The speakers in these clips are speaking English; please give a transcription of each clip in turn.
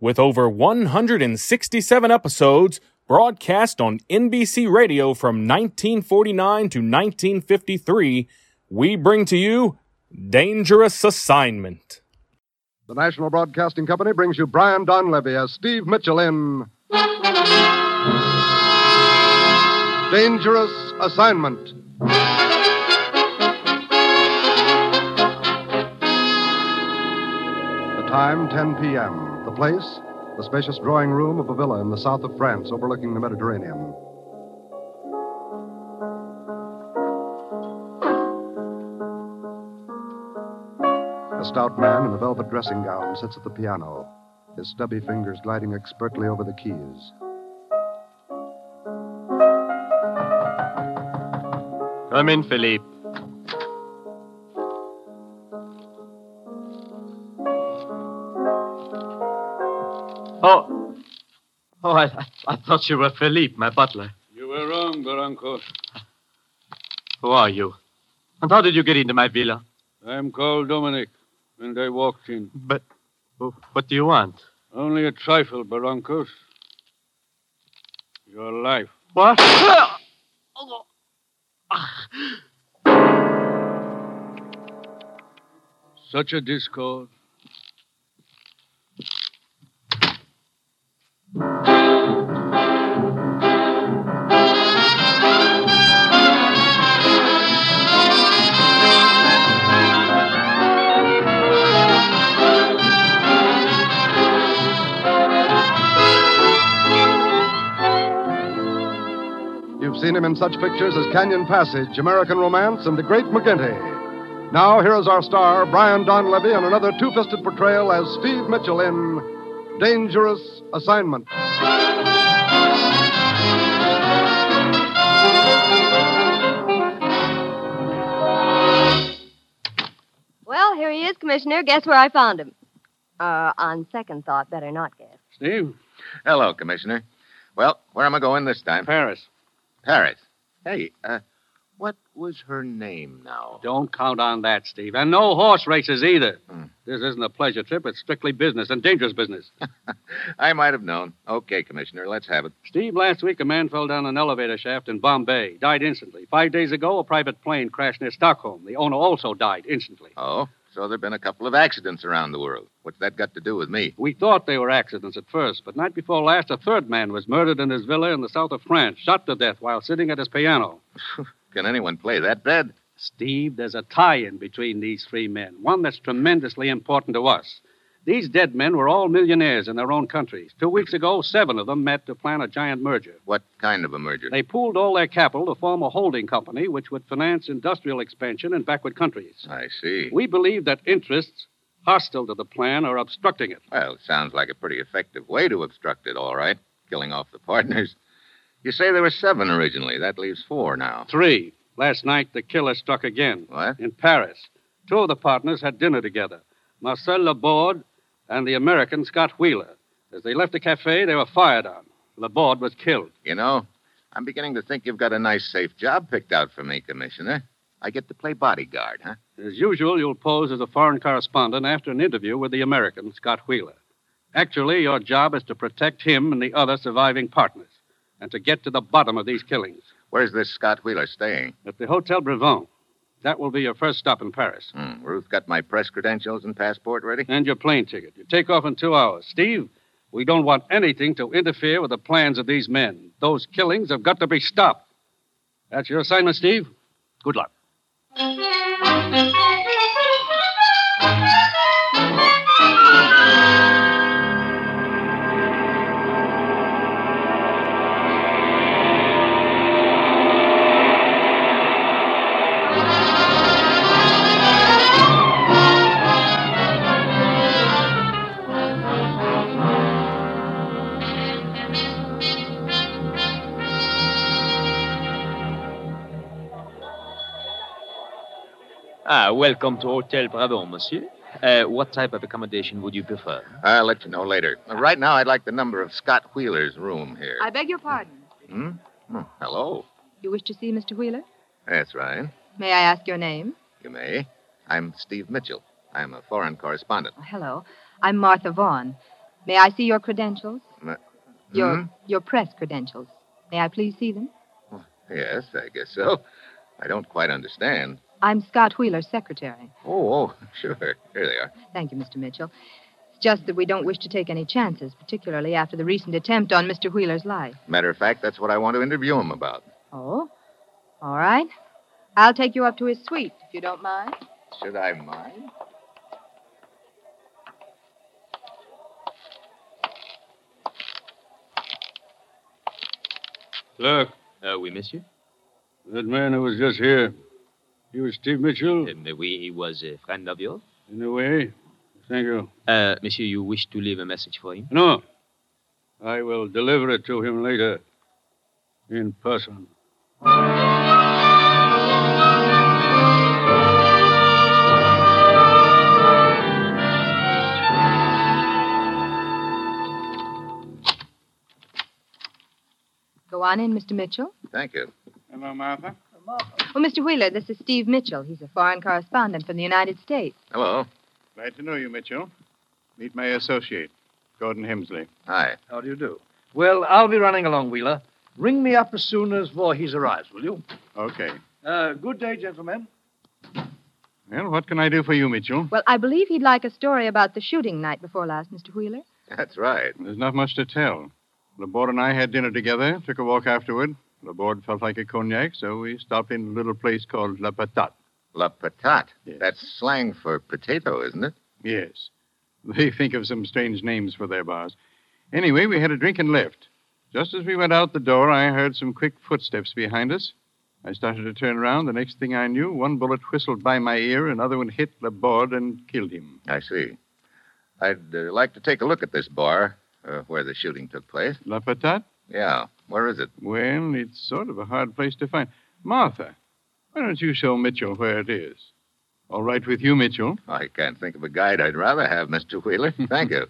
with over 167 episodes broadcast on NBC Radio from 1949 to 1953, we bring to you Dangerous Assignment. The National Broadcasting Company brings you Brian Donlevy as Steve Mitchell in Dangerous Assignment. The time, 10 p.m. The place, the spacious drawing room of a villa in the south of France overlooking the Mediterranean. A stout man in a velvet dressing gown sits at the piano, his stubby fingers gliding expertly over the keys. Come in, Philippe. Oh. Oh, I, I, I thought you were Philippe, my butler. You were wrong, Baranco. Who are you? And how did you get into my villa? I'm called Dominic, and I walked in. But wh- what do you want? Only a trifle, Barancos. Your life. What? Such a discord. You've seen him in such pictures as Canyon Passage, American Romance, and The Great McGinty. Now, here is our star, Brian Donlevy, on another two fisted portrayal as Steve Mitchell in Dangerous Assignment. Well, here he is, Commissioner. Guess where I found him? Uh, on second thought, better not guess. Steve? Hello, Commissioner. Well, where am I going this time? Paris. Paris. Hey, uh, what was her name now? Don't count on that, Steve. And no horse races either. Hmm. This isn't a pleasure trip. It's strictly business and dangerous business. I might have known. Okay, Commissioner, let's have it. Steve, last week a man fell down an elevator shaft in Bombay, died instantly. Five days ago, a private plane crashed near Stockholm. The owner also died instantly. Oh, so there have been a couple of accidents around the world. What's that got to do with me? We thought they were accidents at first, but night before last, a third man was murdered in his villa in the south of France, shot to death while sitting at his piano. Can anyone play that bad? Steve, there's a tie in between these three men, one that's tremendously important to us. These dead men were all millionaires in their own countries. Two weeks ago, seven of them met to plan a giant merger. What kind of a merger? They pooled all their capital to form a holding company which would finance industrial expansion in backward countries. I see. We believe that interests hostile to the plan are obstructing it. Well, sounds like a pretty effective way to obstruct it, all right. Killing off the partners. You say there were seven originally. That leaves four now. Three. Last night, the killer struck again What? in Paris. Two of the partners had dinner together Marcel Laborde and the American Scott Wheeler. As they left the cafe, they were fired on. Laborde was killed. You know, I'm beginning to think you've got a nice, safe job picked out for me, Commissioner. I get to play bodyguard, huh? As usual, you'll pose as a foreign correspondent after an interview with the American, Scott Wheeler. Actually, your job is to protect him and the other surviving partners and to get to the bottom of these killings Where's this Scott Wheeler staying? at the Hotel Brevent. That will be your first stop in Paris. Hmm, Ruth got my press credentials and passport ready? And your plane ticket. You take off in two hours. Steve, we don't want anything to interfere with the plans of these men. Those killings have got to be stopped. That's your assignment, Steve. Good luck. Ah, welcome to Hotel Bravo, monsieur. Uh, what type of accommodation would you prefer? I'll let you know later. Right now, I'd like the number of Scott Wheeler's room here. I beg your pardon. Hmm? Hmm, Hello. You wish to see Mr. Wheeler? That's right. May I ask your name? You may. I'm Steve Mitchell. I'm a foreign correspondent. Oh, Hello. I'm Martha Vaughn. May I see your credentials? Ma- Your Hmm? your press credentials. May I please see them? Yes, I guess so. I don't quite understand. I'm Scott Wheeler's secretary. Oh, oh, sure. Here they are. Thank you, Mr. Mitchell. It's just that we don't wish to take any chances, particularly after the recent attempt on Mr. Wheeler's life. Matter of fact, that's what I want to interview him about. Oh? All right. I'll take you up to his suite, if you don't mind. Should I mind? Look, Uh, oui, monsieur. that man who was just here, he was Steve Mitchell? Um, oui, he was a friend of yours. In a way. Thank you. Uh, monsieur, you wish to leave a message for him? No. I will deliver it to him later. In person. Go on in, Mr. Mitchell. Thank you. Hello, Martha. Oh, Mr. Wheeler, this is Steve Mitchell. He's a foreign correspondent from the United States. Hello. Glad to know you, Mitchell. Meet my associate, Gordon Hemsley. Hi. How do you do? Well, I'll be running along, Wheeler. Ring me up as soon as Voorhees arrives, will you? Okay. Uh, good day, gentlemen. Well, what can I do for you, Mitchell? Well, I believe he'd like a story about the shooting night before last, Mr. Wheeler. That's right. There's not much to tell. Laborde and I had dinner together, took a walk afterward. Laborde felt like a cognac, so we stopped in a little place called La Patate. La patate. Yes. That's slang for potato, isn't it? Yes. They think of some strange names for their bars. Anyway, we had a drink and left. Just as we went out the door, I heard some quick footsteps behind us. I started to turn around. The next thing I knew, one bullet whistled by my ear, another one hit Laborde and killed him. I see. I'd uh, like to take a look at this bar uh, where the shooting took place. La Patate? Yeah. Where is it? Well, it's sort of a hard place to find. Martha, why don't you show Mitchell where it is? All right with you, Mitchell. I can't think of a guide I'd rather have, Mr. Wheeler. Thank you.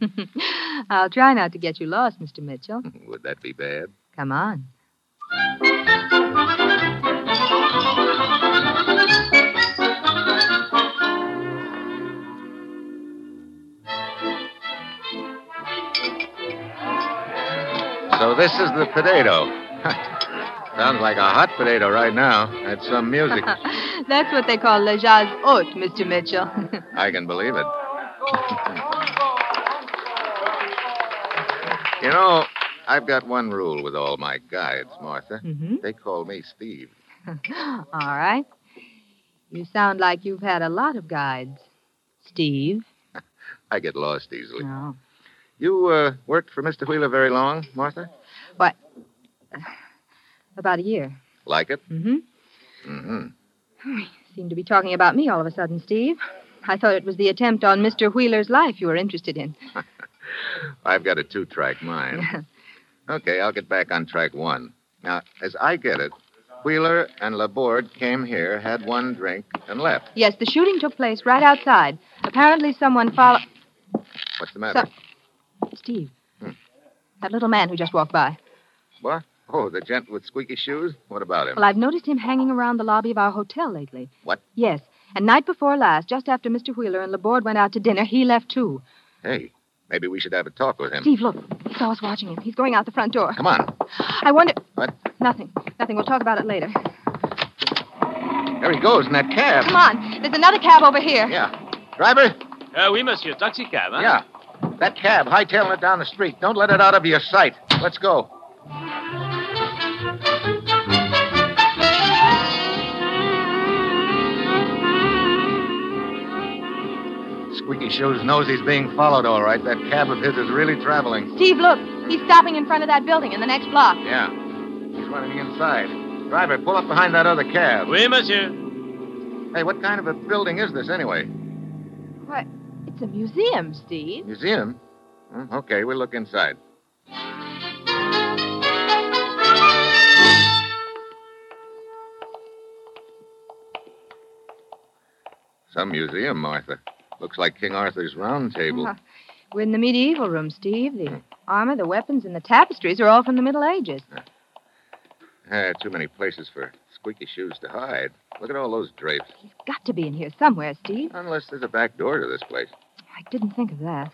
I'll try not to get you lost, Mr. Mitchell. Would that be bad? Come on. So this is the potato. Sounds like a hot potato right now. That's some music. That's what they call le jazz haute, Mr. Mitchell. I can believe it. you know, I've got one rule with all my guides, Martha. hmm They call me Steve. All right. You sound like you've had a lot of guides, Steve. Oh, I get lost easily. No. You uh, worked for Mr. Wheeler very long, Martha? About a year. Like it? Mm-hmm. Mm-hmm. Seem to be talking about me all of a sudden, Steve. I thought it was the attempt on Mr. Wheeler's life you were interested in. I've got a two-track mind. Okay, I'll get back on track one. Now, as I get it, Wheeler and Laborde came here, had one drink, and left. yes, the shooting took place right outside. Apparently, someone followed. What's the matter? Steve. Hmm. That little man who just walked by. What? Oh, the gent with squeaky shoes? What about him? Well, I've noticed him hanging around the lobby of our hotel lately. What? Yes. And night before last, just after Mr. Wheeler and Laborde went out to dinner, he left too. Hey, maybe we should have a talk with him. Steve, look. He saw us watching him. He's going out the front door. Come on. I wonder. What? Nothing. Nothing. We'll talk about it later. There he goes in that cab. Come on. There's another cab over here. Yeah. Driver? Uh, oui, monsieur. Taxi cab, huh? Yeah. That cab, hightailing it down the street. Don't let it out of your sight. Let's go. Squeaky Shoes knows he's being followed, all right. That cab of his is really traveling. Steve, look. He's stopping in front of that building in the next block. Yeah. He's running inside. Driver, pull up behind that other cab. Oui, monsieur. Hey, what kind of a building is this anyway? Why, it's a museum, Steve. Museum? Hmm, Okay, we'll look inside. Some museum, Martha. Looks like King Arthur's round table. Uh, We're in the medieval room, Steve. The armor, the weapons, and the tapestries are all from the Middle Ages. Eh, too many places for squeaky shoes to hide. Look at all those drapes. Got to be in here somewhere, Steve. Unless there's a back door to this place. I didn't think of that.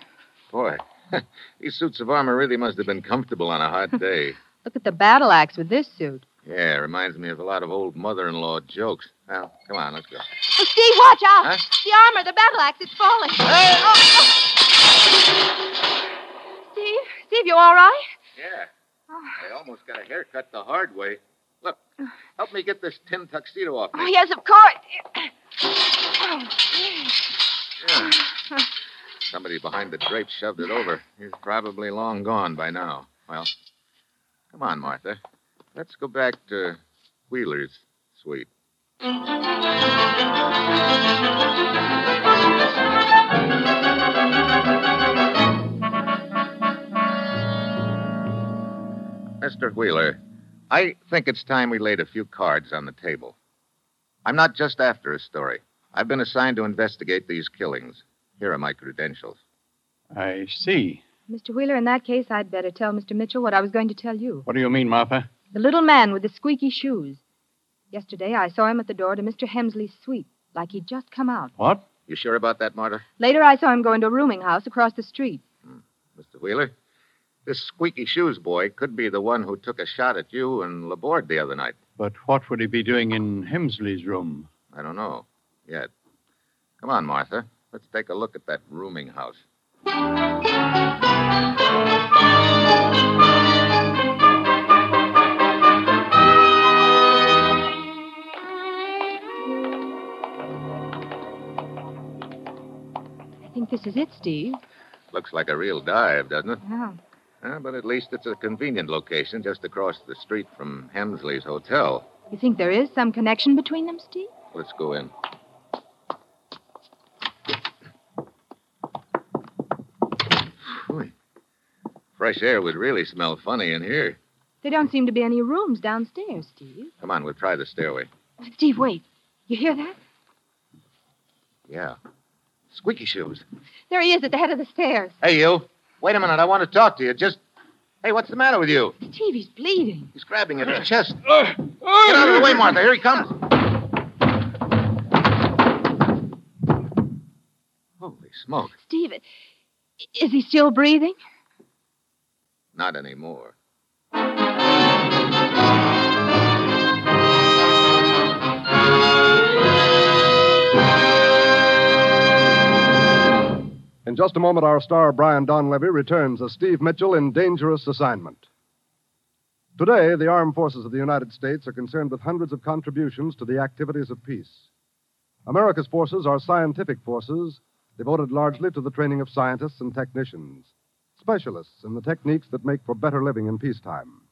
Boy, these suits of armor really must have been comfortable on a hot day. Look at the battle axe with this suit. yeah, reminds me of a lot of old mother in law jokes. Well, come on, let's go. Oh, Steve, watch out! The armor, the battle axe, it's falling. Oh, oh. Steve, Steve, you all right? Yeah. I almost got a haircut the hard way. Look, help me get this tin tuxedo off Oh, yes, of course. Yeah. Somebody behind the drape shoved it over. He's probably long gone by now. Well, come on, Martha. Let's go back to Wheeler's suite. Mr. Wheeler, I think it's time we laid a few cards on the table. I'm not just after a story. I've been assigned to investigate these killings. Here are my credentials. I see. Mr. Wheeler, in that case, I'd better tell Mr. Mitchell what I was going to tell you. What do you mean, Martha? The little man with the squeaky shoes. Yesterday, I saw him at the door to Mr. Hemsley's suite, like he'd just come out. What? You sure about that, Martha? Later, I saw him go into a rooming house across the street. Mr. Wheeler? This squeaky shoes boy could be the one who took a shot at you and Laborde the other night. But what would he be doing in Hemsley's room? I don't know yet. Come on, Martha. Let's take a look at that rooming house. I think this is it, Steve. Looks like a real dive, doesn't it? Yeah. Eh, but at least it's a convenient location just across the street from Hemsley's hotel. You think there is some connection between them, Steve? Let's go in. Boy, fresh air would really smell funny in here. There don't seem to be any rooms downstairs, Steve. Come on, we'll try the stairway. Steve, wait. You hear that? Yeah. Squeaky shoes. There he is at the head of the stairs. Hey, you. Wait a minute. I want to talk to you. Just. Hey, what's the matter with you? Steve, he's bleeding. He's grabbing at his chest. Get out of the way, Martha. Here he comes. Holy smoke. Steve, i- is he still breathing? Not anymore. In just a moment, our star Brian Donlevy returns as Steve Mitchell in Dangerous Assignment. Today, the armed forces of the United States are concerned with hundreds of contributions to the activities of peace. America's forces are scientific forces devoted largely to the training of scientists and technicians, specialists in the techniques that make for better living in peacetime.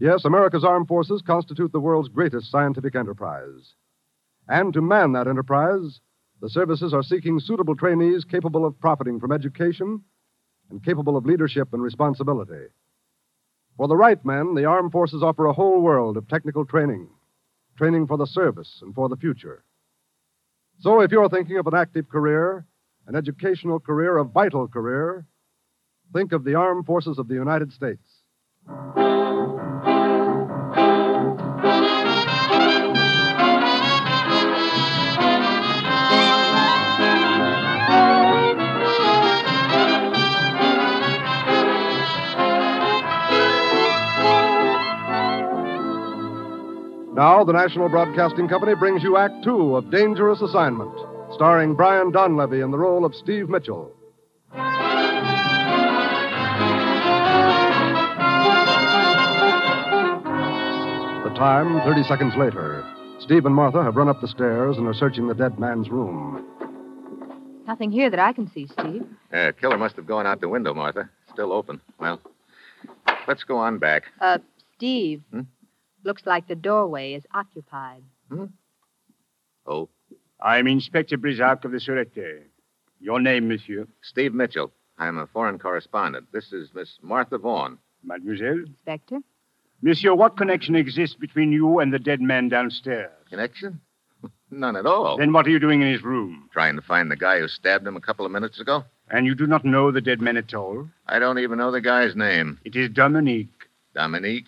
Yes, America's armed forces constitute the world's greatest scientific enterprise. And to man that enterprise, the services are seeking suitable trainees capable of profiting from education and capable of leadership and responsibility. For the right men, the armed forces offer a whole world of technical training, training for the service and for the future. So if you're thinking of an active career, an educational career, a vital career, think of the armed forces of the United States. Now, the National Broadcasting Company brings you Act Two of Dangerous Assignment, starring Brian Donlevy in the role of Steve Mitchell. The time, 30 seconds later. Steve and Martha have run up the stairs and are searching the dead man's room. Nothing here that I can see, Steve. Yeah, Uh, killer must have gone out the window, Martha. Still open. Well, let's go on back. Uh, Steve. Hmm? Looks like the doorway is occupied. Oh, I'm Inspector Brisac of the Surete. Your name, monsieur? Steve Mitchell. I'm a foreign correspondent. This is Miss Martha Vaughn. Mademoiselle? Inspector? Monsieur, what connection exists between you and the dead man downstairs? Connection? None at all. Then what are you doing in his room? Trying to find the guy who stabbed him a couple of minutes ago? And you do not know the dead man at all? I don't even know the guy's name. It is Dominique. Dominique?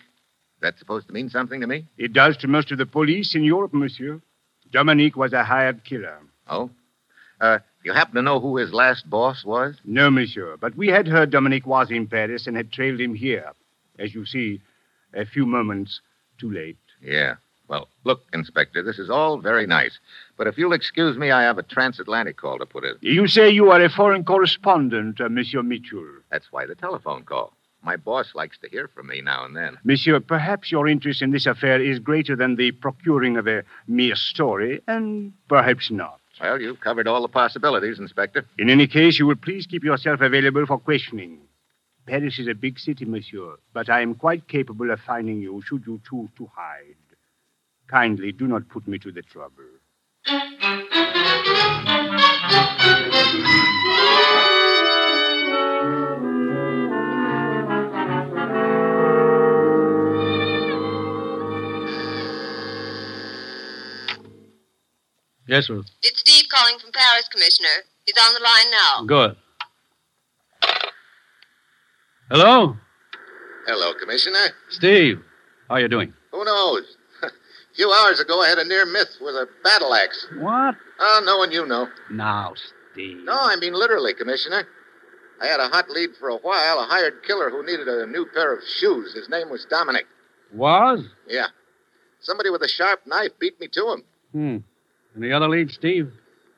That's supposed to mean something to me? It does to most of the police in Europe, monsieur. Dominique was a hired killer. Oh? Uh, you happen to know who his last boss was? No, monsieur, but we had heard Dominique was in Paris and had trailed him here. As you see, a few moments too late. Yeah. Well, look, Inspector, this is all very nice. But if you'll excuse me, I have a transatlantic call to put in. You say you are a foreign correspondent, uh, Monsieur Mitchell. That's why the telephone call. My boss likes to hear from me now and then. Monsieur, perhaps your interest in this affair is greater than the procuring of a mere story, and perhaps not. Well, you've covered all the possibilities, Inspector. In any case, you will please keep yourself available for questioning. Paris is a big city, monsieur, but I am quite capable of finding you should you choose to hide. Kindly do not put me to the trouble. Yes, sir. It's Steve calling from Paris, Commissioner. He's on the line now. Good. Hello? Hello, Commissioner. Steve. How are you doing? Who knows? a few hours ago, I had a near myth with a battle axe. What? Oh, no one you know. Now, Steve. No, I mean literally, Commissioner. I had a hot lead for a while, a hired killer who needed a new pair of shoes. His name was Dominic. Was? Yeah. Somebody with a sharp knife beat me to him. Hmm. And the other lead, Steve?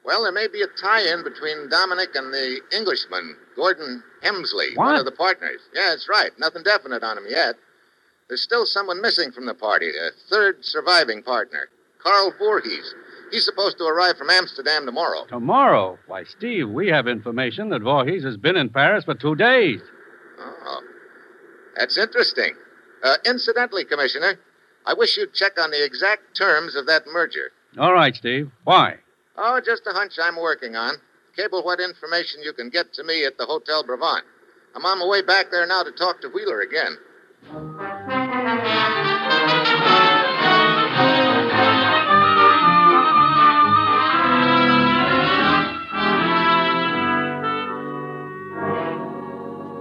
Well, there may be a tie in between Dominic and the Englishman, Gordon Hemsley, What? one of the partners. Yeah, that's right. Nothing definite on him yet. There's still someone missing from the party, a third surviving partner, Carl Voorhees. He's supposed to arrive from Amsterdam tomorrow. Tomorrow? Why, Steve, we have information that Voorhees has been in Paris for two days. Oh, that's interesting. Uh, incidentally, Commissioner, I wish you'd check on the exact terms of that merger. All right, Steve. Why? Oh, just a hunch I'm working on. Cable what information you can get to me at the Hotel Brevant. I'm on my way back there now to talk to Wheeler again.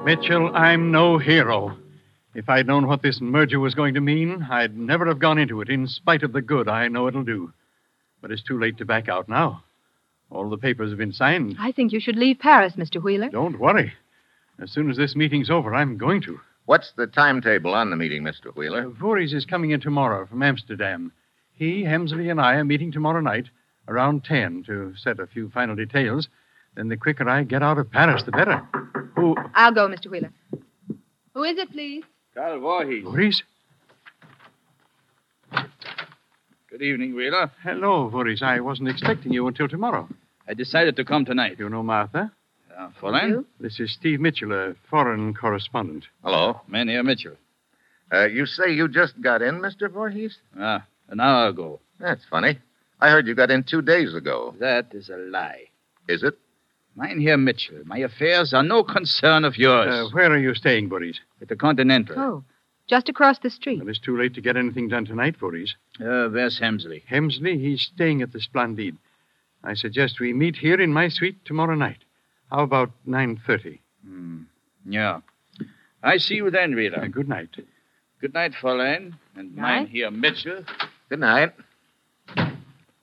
Mitchell, I'm no hero. If I'd known what this merger was going to mean, I'd never have gone into it, in spite of the good I know it'll do. But it's too late to back out now. All the papers have been signed. I think you should leave Paris, Mr. Wheeler. Don't worry. As soon as this meeting's over, I'm going to. What's the timetable on the meeting, Mr. Uh, Wheeler? Voorhees is coming in tomorrow from Amsterdam. He, Hemsley, and I are meeting tomorrow night around 10 to set a few final details. Then the quicker I get out of Paris, the better. Who? I'll go, Mr. Wheeler. Who is it, please? Carl Voorhees. Voorhees? Good evening, Wheeler. Hello, Voorhees. I wasn't expecting you until tomorrow. I decided to come tonight. You know Martha? Uh, foreign? This is Steve Mitchell, a foreign correspondent. Hello. Mania Mitchell. Uh, you say you just got in, Mr. Voorhees? Uh, an hour ago. That's funny. I heard you got in two days ago. That is a lie. Is it? Mynheer Mitchell, my affairs are no concern of yours. Uh, where are you staying, Voorhees? At the Continental. Oh, just across the street. Well, it's too late to get anything done tonight, Voorhees. Uh, where's Hemsley? Hemsley, he's staying at the Splendide. I suggest we meet here in my suite tomorrow night. How about 9.30? Hmm. Yeah. I see you then, Wheeler. Uh, Good night. Good night, Fräulein. And Night. Mynheer Mitchell. Good night.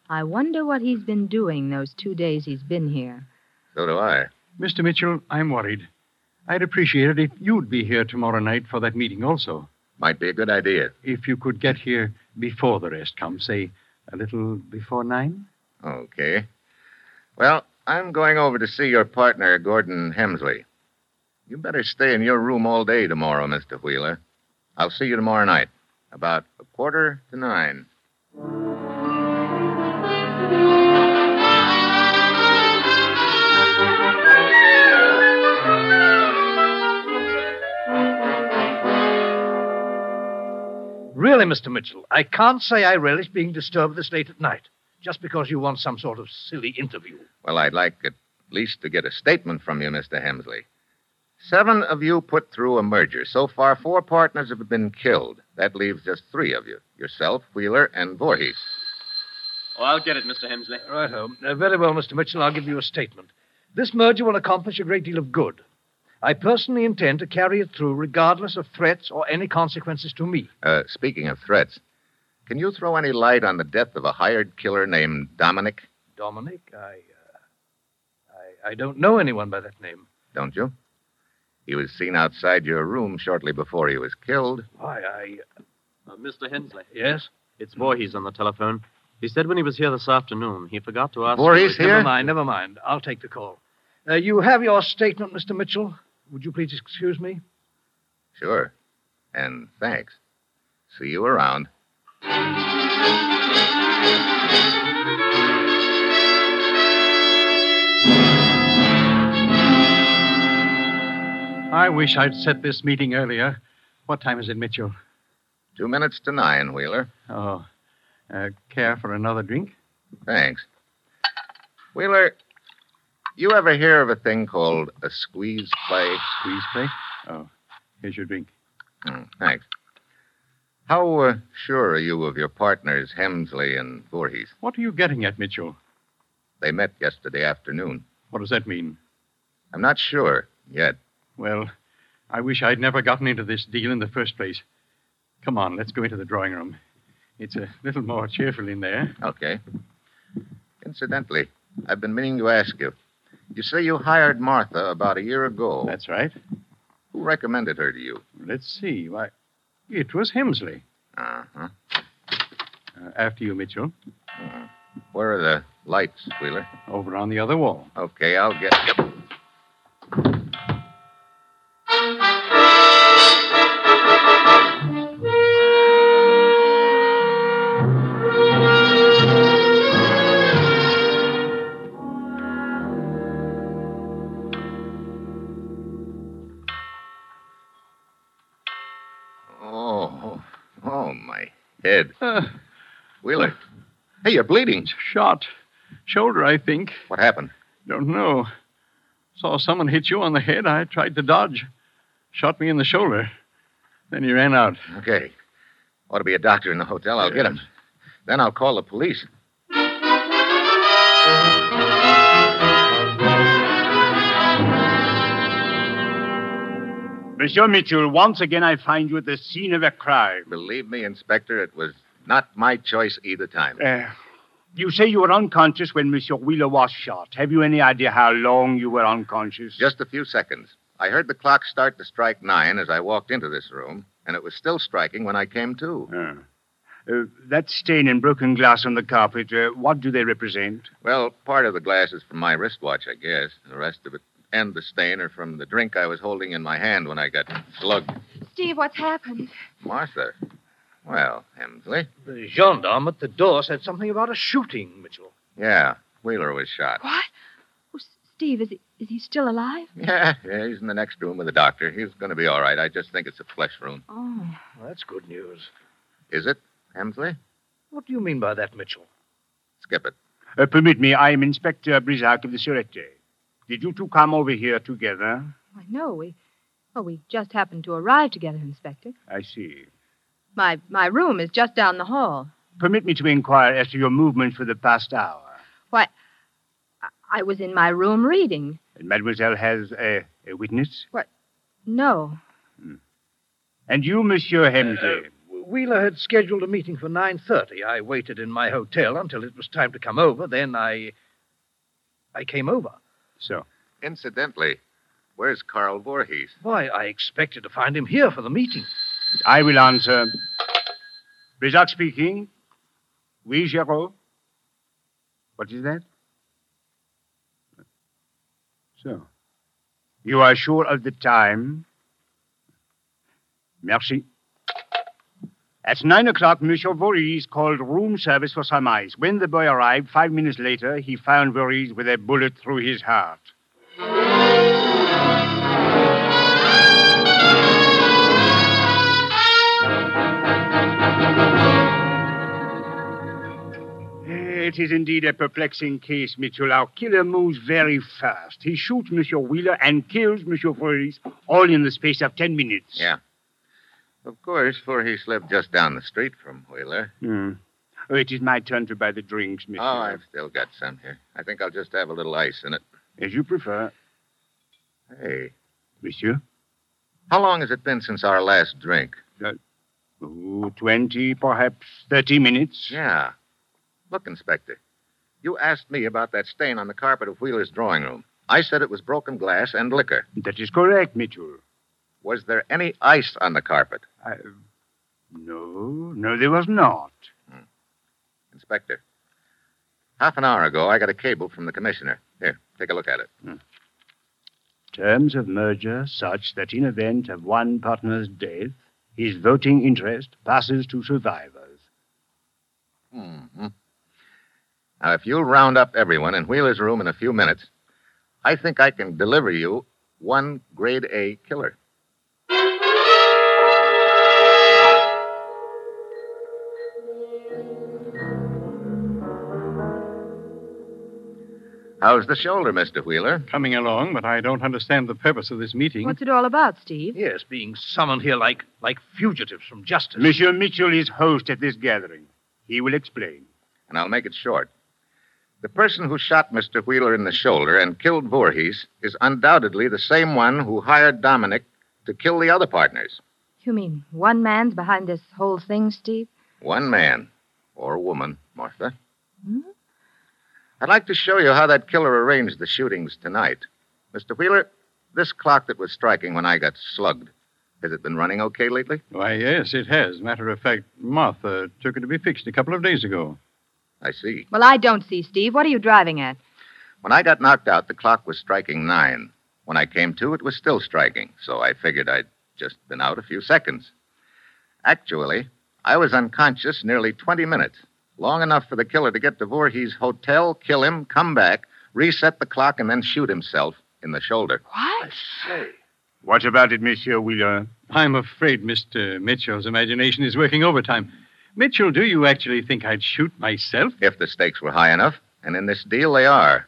I wonder what he's been doing those two days he's been here. So do I. Mr. Mitchell, I'm worried. I'd appreciate it if you'd be here tomorrow night for that meeting also. Might be a good idea. If you could get here before the rest come, say a little before nine. Okay. Well, I'm going over to see your partner, Gordon Hemsley. You better stay in your room all day tomorrow, Mr. Wheeler. I'll see you tomorrow night, about a quarter to nine. Really, Mr. Mitchell, I can't say I relish being disturbed this late at night, just because you want some sort of silly interview. Well, I'd like at least to get a statement from you, Mr. Hemsley. Seven of you put through a merger. So far, four partners have been killed. That leaves just three of you yourself, Wheeler, and Voorhees. Oh, I'll get it, Mr. Hemsley. Right home. Uh, very well, Mr. Mitchell. I'll give you a statement. This merger will accomplish a great deal of good. I personally intend to carry it through regardless of threats or any consequences to me. Uh, speaking of threats, can you throw any light on the death of a hired killer named Dominic? Dominic, I, uh, I, I don't know anyone by that name. Don't you? He was seen outside your room shortly before he was killed. Why, I. Uh, Mr. Hensley. Yes? It's Voorhees on the telephone. He said when he was here this afternoon, he forgot to ask. Voorhees here? Never mind, never mind. I'll take the call. Uh, you have your statement, Mr. Mitchell. Would you please excuse me? Sure. And thanks. See you around. I wish I'd set this meeting earlier. What time is it, Mitchell? Two minutes to nine, Wheeler. Oh. Uh, care for another drink? Thanks. Wheeler, you ever hear of a thing called a squeeze play? Squeeze play? Oh, here's your drink. Hmm, thanks. How uh, sure are you of your partners, Hemsley and Voorhees? What are you getting at, Mitchell? They met yesterday afternoon. What does that mean? I'm not sure yet. Well, I wish I'd never gotten into this deal in the first place. Come on, let's go into the drawing room. It's a little more cheerful in there. Okay. Incidentally, I've been meaning to ask you. You say you hired Martha about a year ago. That's right. Who recommended her to you? Let's see. Why, it was Hemsley. Uh-huh. Uh, after you, Mitchell. Uh, Where are the lights, Wheeler? Over on the other wall. Okay, I'll get. Yep. Oh, oh, my head. Uh, Wheeler. Hey, you're bleeding. shot. Shoulder, I think. What happened? Don't know. Saw someone hit you on the head. I tried to dodge. Shot me in the shoulder. Then he ran out. Okay. Ought to be a doctor in the hotel. I'll get him. Then I'll call the police. Monsieur Mitchell, once again I find you at the scene of a crime. Believe me, Inspector, it was not my choice either time. Uh, you say you were unconscious when Monsieur Wheeler was shot. Have you any idea how long you were unconscious? Just a few seconds. I heard the clock start to strike nine as I walked into this room, and it was still striking when I came to. Uh, uh, that stain and broken glass on the carpet, uh, what do they represent? Well, part of the glass is from my wristwatch, I guess. The rest of it and the stain are from the drink I was holding in my hand when I got slugged. Steve, what's happened? Martha. Well, Hemsley. The gendarme at the door said something about a shooting, Mitchell. Yeah, Wheeler was shot. What? Oh, S- Steve, is he, is he still alive? Yeah, yeah, he's in the next room with the doctor. He's going to be all right. I just think it's a flesh wound. Oh. That's good news. Is it, Hemsley? What do you mean by that, Mitchell? Skip it. Uh, permit me, I am Inspector Brizak of the Surete. Did you two come over here together? Why, no, we. Well, we just happened to arrive together, Inspector. I see. My my room is just down the hall. Permit me to inquire as to your movements for the past hour. Why, I- I was in my room reading. And Mademoiselle has a, a witness? No. And you, Monsieur Hemsley? uh, Uh, Wheeler had scheduled a meeting for 9.30. I waited in my hotel until it was time to come over. Then I... I came over. so, Incidentally, where's Carl Voorhees? Why, I expected to find him here for the meeting. I will answer. Brizak speaking. Oui, Giraud. What is that? So, you are sure of the time? Merci. At nine o'clock, Monsieur Voorhees called room service for some ice. When the boy arrived, five minutes later, he found Voorhees with a bullet through his heart. Eh, It is indeed a perplexing case, Mitchell. Our killer moves very fast. He shoots Monsieur Wheeler and kills Monsieur Voorhees all in the space of ten minutes. Yeah. Of course, Voorhees lived just down the street from Wheeler. Hmm. Oh, it is my turn to buy the drinks, monsieur. Oh, I've still got some here. I think I'll just have a little ice in it. As you prefer. Hey. Monsieur? How long has it been since our last drink? Oh, 20, perhaps 30 minutes. Yeah. Look, Inspector, you asked me about that stain on the carpet of Wheeler's drawing room. I said it was broken glass and liquor. That is correct, Mitchell. Was there any ice on the carpet? I, no, no, there was not. Inspector, half an hour ago, I got a cable from the commissioner. Here, take a look at it. Terms of merger such that in event of one partner's death, his voting interest passes to survivors. hmm Now, if you'll round up everyone in Wheeler's room in a few minutes, I think I can deliver you one grade A killer. How's the shoulder, Mr. Wheeler? Coming along, but I don't understand the purpose of this meeting. What's it all about, Steve? Yes, being summoned here like like fugitives from justice. Monsieur Mitchell is host at this gathering. He will explain. and I'll make it short. The person who shot Mr. Wheeler in the shoulder and killed Voorhees is undoubtedly the same one who hired Dominic to kill the other partners. You mean one man's behind this whole thing, Steve? One man, or woman, Martha. Hmm? I'd like to show you how that killer arranged the shootings tonight. Mr. Wheeler, this clock that was striking when I got slugged, has it been running okay lately? Why, yes, it has. Matter of fact, Martha took it to be fixed a couple of days ago. I see. Well, I don't see, Steve. What are you driving at? When I got knocked out, the clock was striking nine. When I came to, it was still striking, so I figured I'd just been out a few seconds. Actually, I was unconscious nearly 20 minutes, long enough for the killer to get to Voorhees' hotel, kill him, come back, reset the clock, and then shoot himself in the shoulder. What? Say. What about it, Monsieur Wheeler? I'm afraid Mr. Mitchell's imagination is working overtime. Mitchell, do you actually think I'd shoot myself? If the stakes were high enough, and in this deal they are.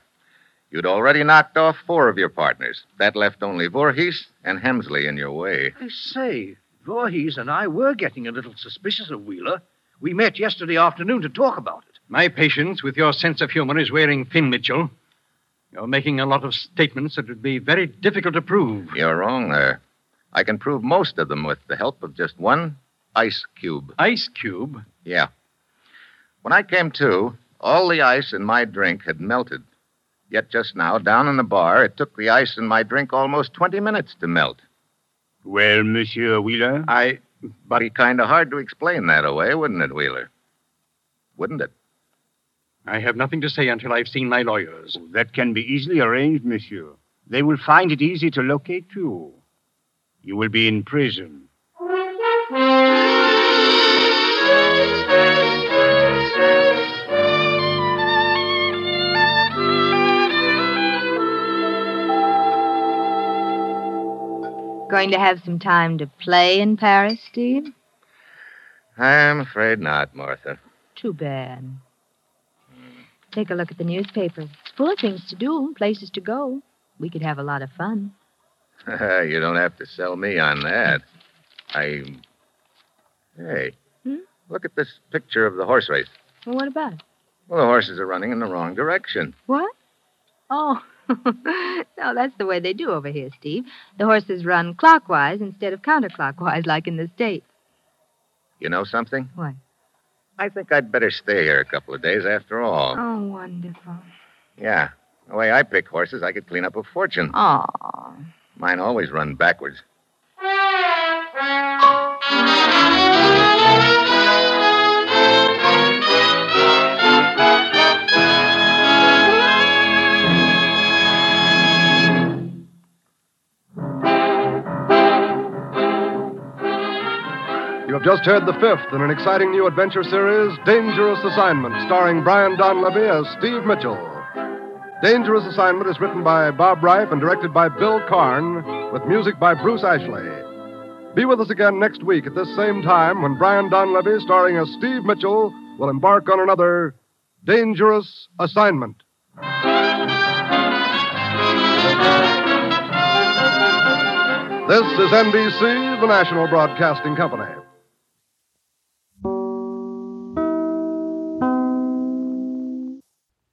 You'd already knocked off four of your partners. That left only Voorhees and Hemsley in your way. I say, Voorhees and I were getting a little suspicious of Wheeler. We met yesterday afternoon to talk about it. My patience with your sense of humor is wearing thin, Mitchell. You're making a lot of statements that would be very difficult to prove. You're wrong there. I can prove most of them with the help of just one ice cube. Ice cube? Yeah. When I came to, all the ice in my drink had melted. Yet just now, down in the bar, it took the ice in my drink almost 20 minutes to melt. Well, Monsieur Wheeler? I. But be kind of hard to explain that away, wouldn't it, Wheeler? Wouldn't it? I have nothing to say until I've seen my lawyers. That can be easily arranged, monsieur. They will find it easy to locate you. You will be in prison. Going to have some time to play in Paris, Steve? I'm afraid not, Martha. Too bad. Take a look at the newspapers. It's full of things to do and places to go. We could have a lot of fun. you don't have to sell me on that. I. Hey, Hmm? look at this picture of the horse race. Well, what about it? Well, the horses are running in the wrong direction. What? Oh. no, that's the way they do over here, Steve. The horses run clockwise instead of counterclockwise, like in the States. You know something? What? I think I'd better stay here a couple of days after all. Oh, wonderful. Yeah. The way I pick horses, I could clean up a fortune. Oh. Mine always run backwards. You have just heard the fifth in an exciting new adventure series, Dangerous Assignment, starring Brian Donlevy as Steve Mitchell. Dangerous Assignment is written by Bob Reif and directed by Bill Karn, with music by Bruce Ashley. Be with us again next week at this same time when Brian Donlevy, starring as Steve Mitchell, will embark on another Dangerous Assignment. This is NBC, the national broadcasting company.